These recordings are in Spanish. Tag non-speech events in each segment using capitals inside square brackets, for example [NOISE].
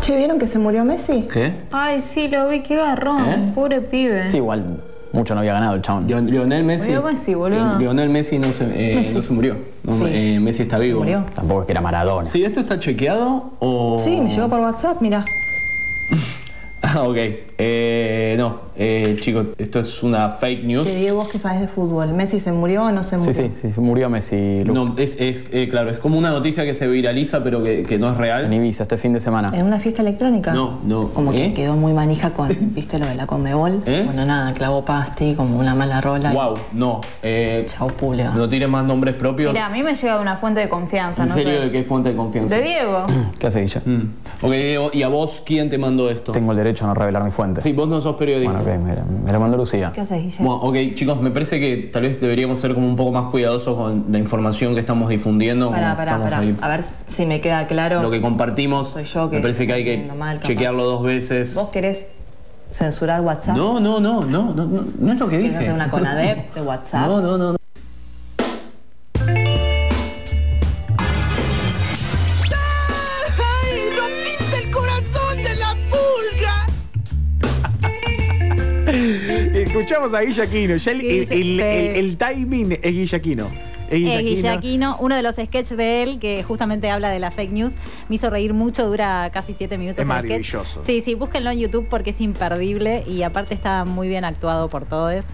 Che, ¿vieron que se murió Messi? ¿Qué? Ay, sí, lo vi, qué garrón. ¿Eh? Pobre pibe. Sí, igual mucho no había ganado el chabón. Lion- Lionel Messi. Murió Messi, boludo. Lionel Messi no se, eh, no se murió. No, Sí. eh, Messi está vivo. Murió. Tampoco es que era Maradona. Si esto está chequeado o. Sí, me llegó por WhatsApp, mira. [LAUGHS] Ah, ok. Eh, no, eh, chicos, esto es una fake news. Te digo vos que sabés de fútbol. ¿Messi se murió o no se Sí, murió? sí, sí, murió Messi Lu- No, es, es, eh, claro, es como una noticia que se viraliza pero que, que no es en real. Ibiza este fin de semana. Eh. ¿En una fiesta electrónica? No, no. Como ¿Eh? que quedó muy manija [LAUGHS] con, viste, lo de la Comebol. ¿Eh? Bueno, nada, clavó pasti, como una mala rola. y Wow, no. Eh, Chau, pulga. no tienen más nombres propios. Mira, a mí me llega de una fuente de confianza, ¿En no serio de sé. qué fuente de confianza? De Diego. ¿Qué hace Guilla? Mm. Ok, Diego, ¿y a vos quién te mandó esto? Tengo el derecho a no revelar mi fuente. Sí, vos no sos periodista. Bueno, ok, me, la- me lo mandó Lucía. ¿Qué haces, Guille? Bueno, ok, chicos, me parece que tal vez deberíamos ser como un poco más cuidadosos con la información que estamos difundiendo. Pará, como pará, estamos pará. ahí. A ver si me queda claro. Lo que compartimos, Soy yo que me parece que hay que entiendo mal, capaz. chequearlo dos veces. ¿Vos querés censurar WhatsApp? No, no, no, no, no, no, no es lo que dije. ¿Querés hacer una [LAUGHS] CONADEP de WhatsApp? No, no, no. no. ¡Ay! ¡Rompiste el corazón de la pulga! Escuchamos a Guillaquino. Ya el, el- el- el- el timing es Guillaquino. Es Eh, Guillaquino. Guillaquino, uno de los sketches de él que justamente habla de la fake news, me hizo reír mucho, dura casi siete minutos. Es el sketch. maravilloso. Sí, sí, búsquenlo en YouTube porque es imperdible y aparte está muy bien actuado por todos.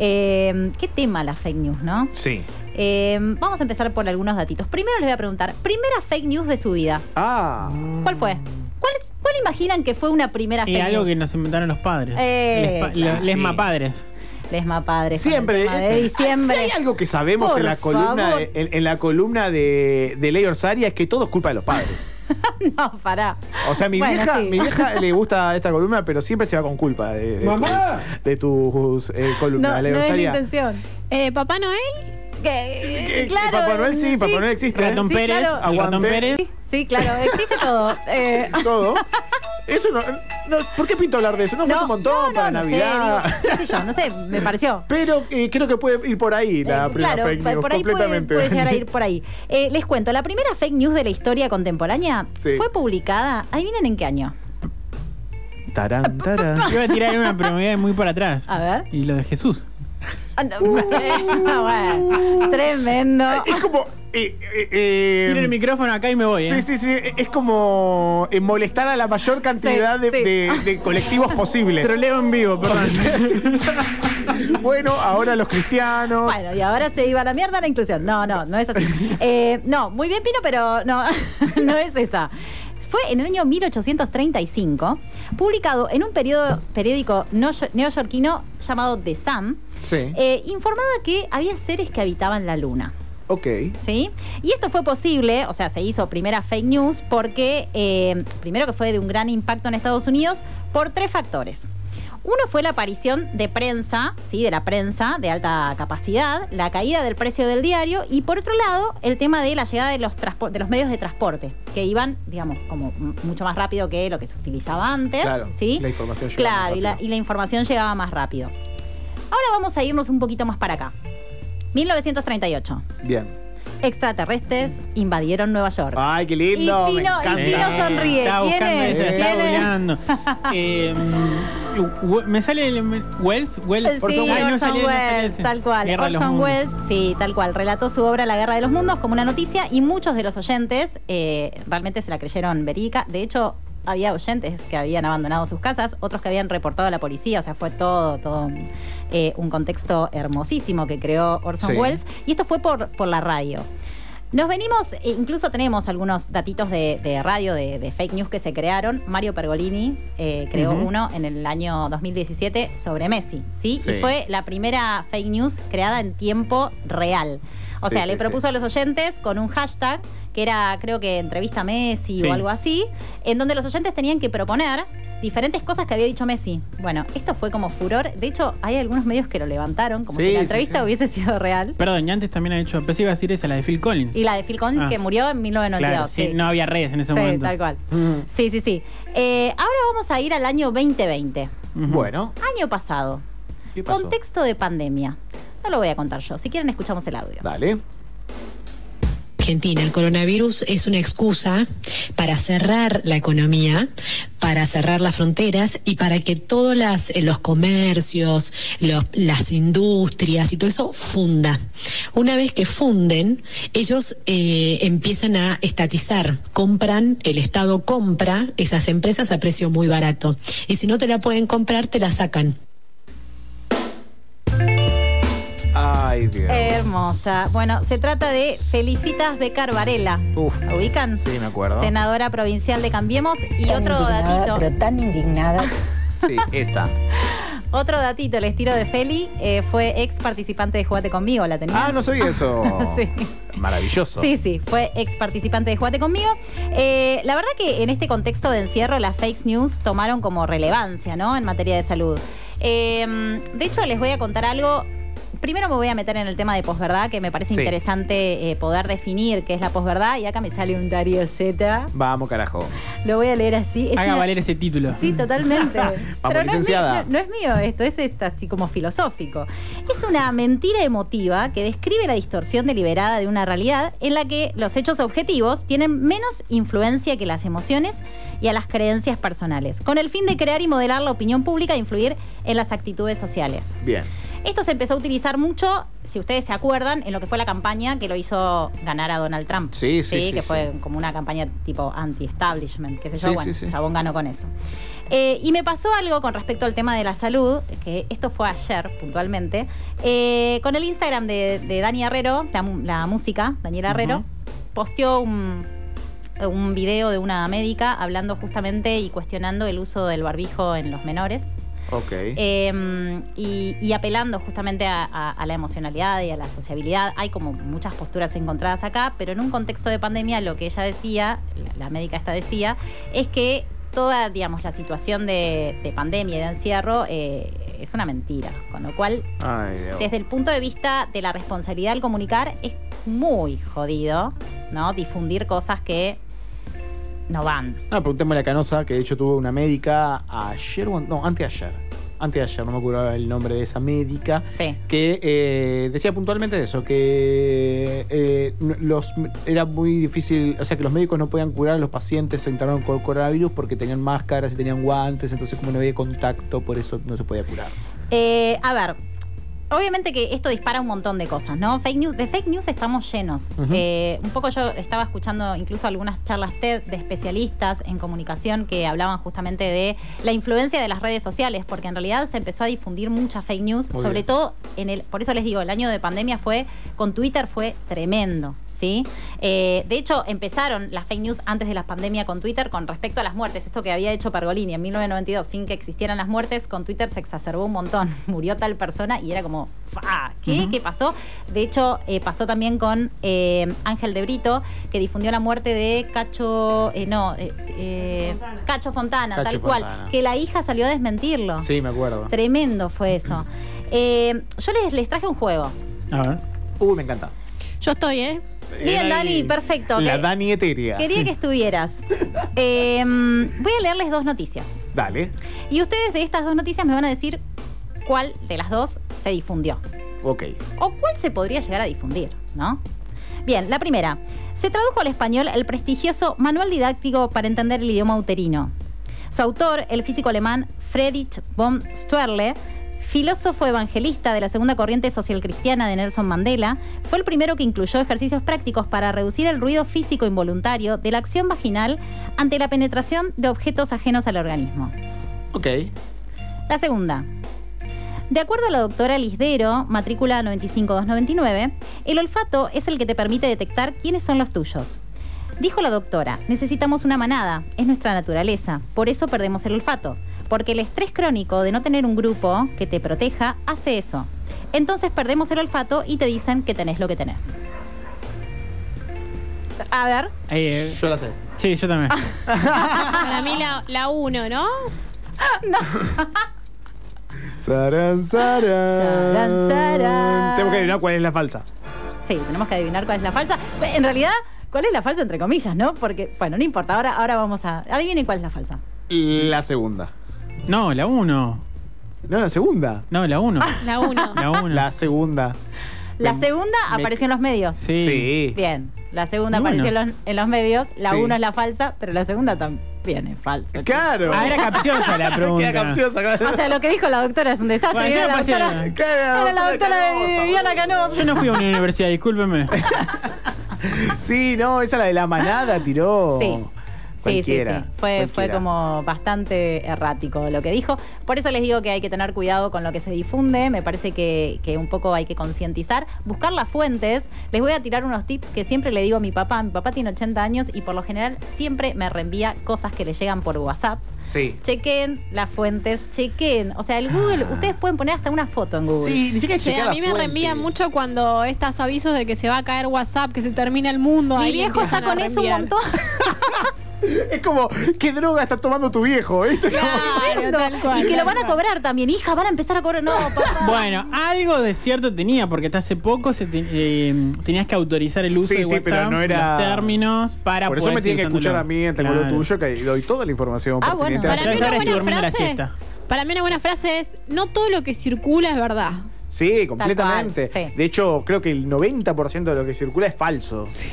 Eh, ¿Qué tema la fake news, no? Sí. Eh, vamos a empezar por algunos datitos. Primero les voy a preguntar, primera fake news de su vida, Ah. ¿cuál fue? ¿Cuál, cuál imaginan que fue una primera fake Es algo news? que nos inventaron los padres. Eh, les pa- claro. la- lesma padres. Lesma padres. con el Siempre. tema de eh, diciembre. Si hay algo que sabemos Por en la columna, favor. de, en, en la columna de, de Ley Orsaria es que todo es culpa de los padres. [LAUGHS] no, pará. O sea, mi Bueno, vieja, sí. mi vieja le gusta esta columna, pero siempre se va con culpa de, de Mamá. tus, de tus eh, columnas. No, Ley no es mi Orsaria. intención. Eh, ¿Papá Noel? Que- Eh, claro, Papá Noel sí, Papá Noel existe. Ratón Sí, Pérez. claro. el Ratón Aguante. Pérez. Sí, claro, existe [LAUGHS] todo. Eh, Todo. Eso no, no- ¿Por qué pinto hablar de eso? No, fue un montón para no sé, Navidad. digo, qué sé yo, no sé, me pareció. Pero eh, creo que puede ir por ahí la Eh, primera claro, fake pa- news, por ahí puede, completamente. puede llegar [LAUGHS] a ir por ahí. Eh, les cuento, la primera fake news de la historia contemporánea Sí. fue publicada, adivinen en [LAUGHS] qué año. [LAUGHS] Tarán, tarán. Yo iba a tirar una, pero me voy a ir muy para atrás. A ver. Y lo de Jesús. Ah, no, bueno, tremendo. Es como. eh, eh, eh, Tiro el micrófono acá y me voy. Sí, eh. sí, sí. Es como eh, molestar a la mayor cantidad Sí, de, sí. de- de colectivos [LAUGHS] posibles. Troleo en vivo, perdón. [LAUGHS] bueno, ahora los cristianos. Bueno, y ahora se iba a la mierda la inclusión. No, no, no es así. Eh, no, muy bien, Pino, pero no, [LAUGHS] no es esa. Fue en el año 1835, publicado en un periodo- periódico no- neoyorquino llamado The Sun, Sí. eh, informaba que había seres que habitaban la luna. Ok. ¿Sí? Y esto fue posible, o sea, se hizo primera fake news porque, eh, primero que fue de un gran impacto en Estados Unidos, por tres factores. Uno fue la aparición de prensa, ¿sí? de la prensa de alta capacidad, la caída del precio del diario y por otro lado el tema de la llegada de los, transpo- de los medios de transporte, que iban, digamos, como m- mucho más rápido que lo que se utilizaba antes. Claro, ¿sí? la información llegaba más Claro, y la, rápido. y la información llegaba más rápido. Ahora vamos a irnos un poquito más para acá. 1938 Bien. extraterrestres invadieron Nueva York. Ah, Ay, qué lindo. Y me Pino- y encanta. Pino Eh, sonríe. Estaba ¿Quién buscando es? eso, lo estaba ¿Quién es? [LAUGHS] googleando. Eh, mm, we- me sale el, Wells, Wells. Sí, Por favor. Ay, no Orson salió, no salió Welles, ese. tal cual. Guerra de los Orson Mundos. Welles, sí, tal cual. Relató su obra La Guerra de los Mundos como una noticia y muchos de los oyentes eh, realmente se la creyeron verídica. De hecho, había oyentes que habían abandonado sus casas, otros que habían reportado a la policía. O sea, fue todo, todo un, eh, un contexto hermosísimo que creó Orson Sí. Welles. Y esto fue por, por la radio. Nos venimos, e incluso tenemos algunos datitos de, de radio, de, de fake news que se crearon. Mario Pergolini eh, creó uno en el año 2017 sobre Messi, ¿sí? Sí. Y fue la primera fake news creada en tiempo real. O Sí, sea, sí, le propuso sí. a los oyentes con un hashtag que era, creo que, entrevista a Messi Sí. o algo así, en donde los oyentes tenían que proponer diferentes cosas que había dicho Messi. Bueno, esto fue como furor. De hecho, hay algunos medios que lo levantaron, como Sí, si la sí, entrevista sí. hubiese sido real. Perdón, y antes también han hecho. Pensé que iba a decir esa, la de Phil Collins. Y la de Phil Collins, Ah. que murió en 1992. Claro, sí, no había redes en ese Sí, momento. tal cual. Mm. Sí, sí, sí. Eh, ahora vamos a ir al año 2020. Bueno. Año pasado. ¿Qué pasó? Contexto de pandemia. No lo voy a contar yo. Si quieren, escuchamos el audio. Dale. Argentina. El coronavirus es una excusa para cerrar la economía, para cerrar las fronteras y para que todos las, eh, los comercios, los- las industrias y todo eso funda. Una vez que funden, ellos eh, empiezan a estatizar, compran, el Estado compra esas empresas a precio muy barato. Y si no te la pueden comprar, te la sacan. Ay, Dios. Eh, Hermosa. Bueno, se trata de Felicitas Becar Varela. Uf. ¿La ubican? Sí, me acuerdo. Senadora provincial de Cambiemos. Y Tan otro indignada, datito. Pero tan indignada. Sí, [LAUGHS] esa. Otro datito, el estilo de Feli eh, fue ex participante de Jugate Conmigo, la tenía. Ah, no sabía eso. Sí. Maravilloso. Sí, sí, fue ex participante de Jugate Conmigo. Eh, la verdad que en este contexto de encierro las fake news tomaron como relevancia, ¿no? En materia de salud. Eh, de hecho, les voy a contar algo. Primero me voy a meter en el tema de posverdad, que me parece Sí. interesante eh, poder definir qué es la posverdad. Y acá me sale un Darío Z. Vamos, carajo. Lo voy a leer así. Es Haga una- valer ese título. Sí, totalmente. no es, mío, licenciada. no- no es mío esto, es, esto así como filosófico. Es una mentira emotiva que describe la distorsión deliberada de una realidad en la que los hechos objetivos tienen menos influencia que las emociones y a las creencias personales, con el fin de crear y modelar la opinión pública e influir en las actitudes sociales. Bien. Esto se empezó a utilizar mucho, si ustedes se acuerdan, en lo que fue la campaña que lo hizo ganar a Donald Trump. Sí, sí, sí, que sí. fue como una campaña tipo anti-establishment, qué sé yo. Sí, bueno, sí, sí. Chabón ganó con eso. Eh, y me pasó algo con respecto al tema de la salud, que esto fue ayer puntualmente, eh, con el Instagram de, de Dani Herrero, la, mu- la música, Daniel Herrero, posteó un, un video de una médica hablando justamente y cuestionando el uso del barbijo en los menores. Ok. Eh, y, y apelando justamente a, a- a la emocionalidad y a la sociabilidad. Hay como muchas posturas encontradas acá, pero en un contexto de pandemia lo que ella decía, la, la médica esta decía, es que toda, digamos, la situación de, de pandemia y de encierro eh, es una mentira. Con lo cual, Ay, Dios. desde el punto de vista de la responsabilidad al comunicar, es muy jodido, ¿no? Difundir cosas que no van. No, preguntémosle a Canosa, que de hecho tuvo una médica ayer, o an- no, anteayer. Anteayer, no me acuerdo el nombre de esa médica. Sí. Que eh, decía puntualmente eso, que eh, no- los, era muy difícil, o sea, que los médicos no podían curar a los pacientes que internaron con coronavirus porque tenían máscaras y tenían guantes, entonces como no había contacto, por eso no se podía curar. Eh, a ver, obviamente que esto dispara un montón de cosas, ¿no? Fake news, de fake news estamos llenos. Eh, un poco yo estaba escuchando incluso algunas charlas TED de especialistas en comunicación que hablaban justamente de la influencia de las redes sociales, porque en realidad se empezó a difundir mucha fake news, Muy sobre bien. todo en el, por eso les digo, el año de pandemia fue, con Twitter fue tremendo. ¿Sí? Eh, de hecho, empezaron las fake news antes de la pandemia con Twitter con respecto a las muertes. Esto que había hecho Pergolini en 1992, sin que existieran las muertes, con Twitter se exacerbó un montón. [LAUGHS] Murió tal persona y era como, ¡fa! ¿Qué? ¿Qué pasó? De hecho, eh, pasó también con eh, Ángel de Brito, que difundió la muerte de Cacho. eh, no, eh, eh, Cacho Fontana, Cacho tal Fontana. cual. Que la hija salió a desmentirlo. Sí, me acuerdo. Tremendo fue eso. Eh, yo les, les traje un juego. A ver. Uy, Uh, me encanta. Yo estoy, ¿eh? Bien, Era Dani, ahí perfecto. La Que- Dani Eteria. Quería que estuvieras. Eh, voy a leerles dos noticias. Dale. Y ustedes de estas dos noticias me van a decir cuál de las dos se difundió. Ok. O cuál se podría llegar a difundir, ¿no? Bien, la primera. Se tradujo al español el prestigioso Manual Didáctico para Entender el Idioma Uterino. Su autor, el físico alemán Friedrich von Sturle, filósofo evangelista de la segunda corriente social cristiana de Nelson Mandela, fue el primero que incluyó ejercicios prácticos para reducir el ruido físico involuntario de la acción vaginal ante la penetración de objetos ajenos al organismo. Ok. La segunda. De acuerdo a la doctora Lisdero, matrícula 95299, el olfato es el que te permite detectar quiénes son los tuyos. Dijo la doctora, necesitamos una manada, es nuestra naturaleza, por eso perdemos el olfato, porque el estrés crónico de no tener un grupo que te proteja hace eso. Entonces perdemos el olfato y te dicen que tenés lo que tenés. A ver, Eh, Yo la sé. sí, [LAUGHS] yo también. Para mí la, la uno, ¿no? Sarán, sarán. Sarán, sarán. Tengo que adivinar cuál es la falsa. Sí, tenemos que adivinar cuál es la falsa. En realidad, cuál es la falsa entre comillas, ¿no? Porque, bueno, no importa, ahora, ahora vamos a. Adivinen cuál es la falsa. La segunda. No, la uno. No, la segunda. [LAUGHS] No, la uno. La uno. La uno. La segunda. La Me- segunda me- apareció en los medios. Sí. Bien. La segunda Y bueno. apareció en, los, en los medios. La Sí. uno es la falsa, pero la segunda también es falsa. Claro. Ah, era [LAUGHS] capciosa la pregunta. Queda capciosa, claro. O sea, lo que dijo la doctora es un desastre. Bueno, yo Era no la pasé doctora, nada. Claro, era la era la doctora doctora Canosa, de Viviana Canosa. Yo no fui a una [LAUGHS] universidad, discúlpeme. Sí, no, esa la de la manada tiró. Sí. Sí, sí, sí. Cualquiera, Fue, fue cualquiera. como bastante errático lo que dijo. Por eso les digo que hay que tener cuidado con lo que se difunde. Me parece que, que un poco hay que concientizar. Buscar las fuentes. Les voy a tirar unos tips que siempre le digo a mi papá. Mi papá tiene 80 años y por lo general siempre me reenvía cosas que le llegan por WhatsApp. Sí. Chequen las fuentes, chequen. O sea, el Google, ustedes pueden poner hasta una foto en Google. Sí, ni siquiera Che, chequea a la mí me fuente. reenvían mucho cuando estas avisos de que se va a caer WhatsApp, que se termina el mundo. Mi ahí viejo está empiezan a con eso un reenviar. montón. Es como, ¿qué droga está tomando tu viejo? ¿Viste? [LAUGHS] Claro, tal cual, y que lo tal van a cual. cobrar también. Hija, van a empezar a cobrar. No, papá. Bueno, algo de cierto tenía, porque hasta hace poco se te- eh, tenías que autorizar el uso Sí, de sí, WhatsApp, pero no era- los términos para Por eso poder me tiene que seguir escuchar usándolo. a mí en Tengo lo Claro. Tuyo, que doy toda la información Ah, pertinente. bueno. Para mí, Ya una estoy durmiendo buena la frase, siesta. para mí una buena frase es, no todo lo que circula es verdad. Sí, completamente. cual, sí. De hecho, creo que el 90% de lo que circula es falso. Sí.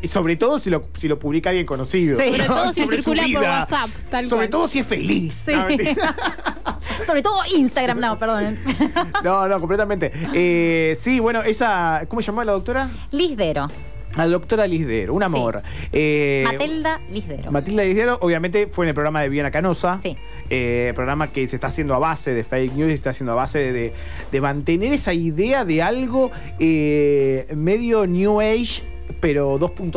Y sobre todo si lo, si lo publica alguien conocido. Sí. Sobre ¿no? [LAUGHS] todo si Sobre su circula por vida. WhatsApp, tal Sobre cual. todo si es feliz. Sí. No, mentira. [LAUGHS] Sobre todo Instagram, no, perdón. [LAUGHS] No, no, completamente. Eh, sí, bueno, esa. ¿Cómo se llamaba la doctora? Lisdero. La doctora Lisdero, un amor. Eh, Matelda Lisdero. Matilda Lisdero, obviamente, fue en el programa de Viviana Canosa. Sí. Eh, programa que se está haciendo a base de fake news, se está haciendo a base de, de mantener esa idea de algo eh, medio New Age, pero 2.0,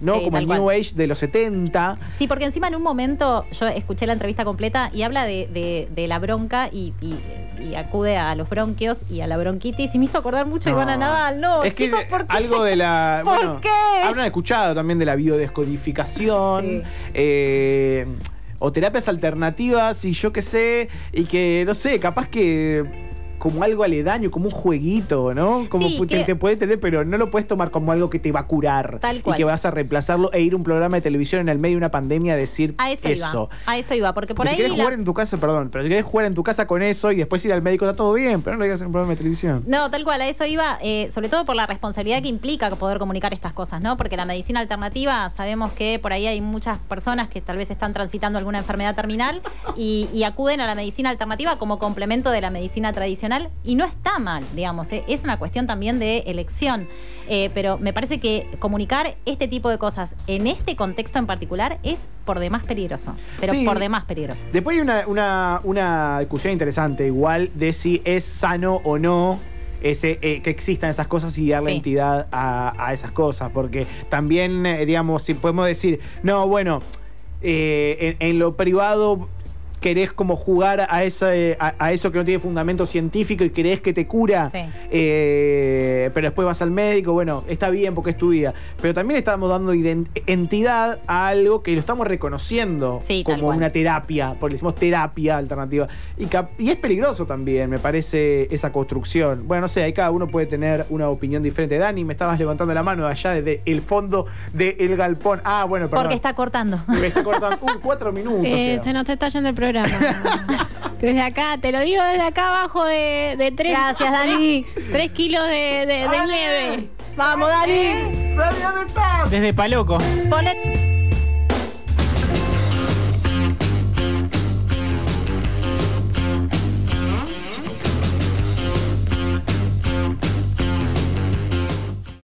¿no? Sí, Como tal el New cual. Age de los 70. Sí, porque encima en un momento yo escuché la entrevista completa y habla de, de- de la bronca y, y- y acude a los bronquios y a la bronquitis y me hizo acordar mucho a Ivana Nadal. No, es que chicos, ¿por qué? algo de la. [LAUGHS] ¿Por bueno, qué? Habrán escuchado también de la biodescodificación. Sí. eh, o terapias alternativas y yo qué sé. Y que, no sé, capaz que. Como algo aledaño, como un jueguito, ¿no? Como Sí, pu- te, que- te puede tener, pero no lo puedes tomar como algo que te va a curar. Tal Y cual. que vas a reemplazarlo e ir a un programa de televisión en el medio de una pandemia a decir A eso, iba. A eso iba, porque por Porque si ahí. querés la- jugar en tu casa, perdón, pero si querés jugar en tu casa con eso y después ir al médico, está todo bien, pero no lo digas en un programa de televisión. No, tal cual, a eso iba, eh, sobre todo por la responsabilidad que implica poder comunicar estas cosas, ¿no? Porque la medicina alternativa, sabemos que por ahí hay muchas personas que tal vez están transitando alguna enfermedad terminal y, y acuden a la medicina alternativa como complemento de la medicina tradicional y no está mal, digamos, eh, es una cuestión también de elección. Eh, pero me parece que comunicar este tipo de cosas en este contexto en particular es por demás peligroso, pero Sí. por demás peligroso. Después hay una, una- una discusión interesante, igual, de si es sano o no ese, eh, que existan esas cosas y darle Sí. entidad a, a esas cosas. Porque también, eh, digamos, si podemos decir, no, bueno, eh, en, en lo privado querés como jugar a, ese- a, a eso que no tiene fundamento científico y crees que te cura, Sí. eh, pero después vas al médico, bueno, está bien porque es tu vida, pero también estamos dando ident- entidad a algo que lo estamos reconociendo Sí, tal como cual. una terapia, porque le decimos terapia alternativa. Y, cap- y es peligroso también, me parece, esa construcción. Bueno, no sé, ahí cada uno puede tener una opinión diferente. Dani, me estabas levantando la mano allá desde el fondo del galpón. Ah, bueno, perdón. Porque está cortando. Me está cortando. Uy, [LAUGHS] cuatro minutos. Eh, quedan. se nos está yendo el [LAUGHS] programa. Desde acá, te lo digo desde acá abajo de, de tres, Gracias, Dani. tres kilos de, de- de nieve. Vamos, Dani. Desde Paloco. Ponen.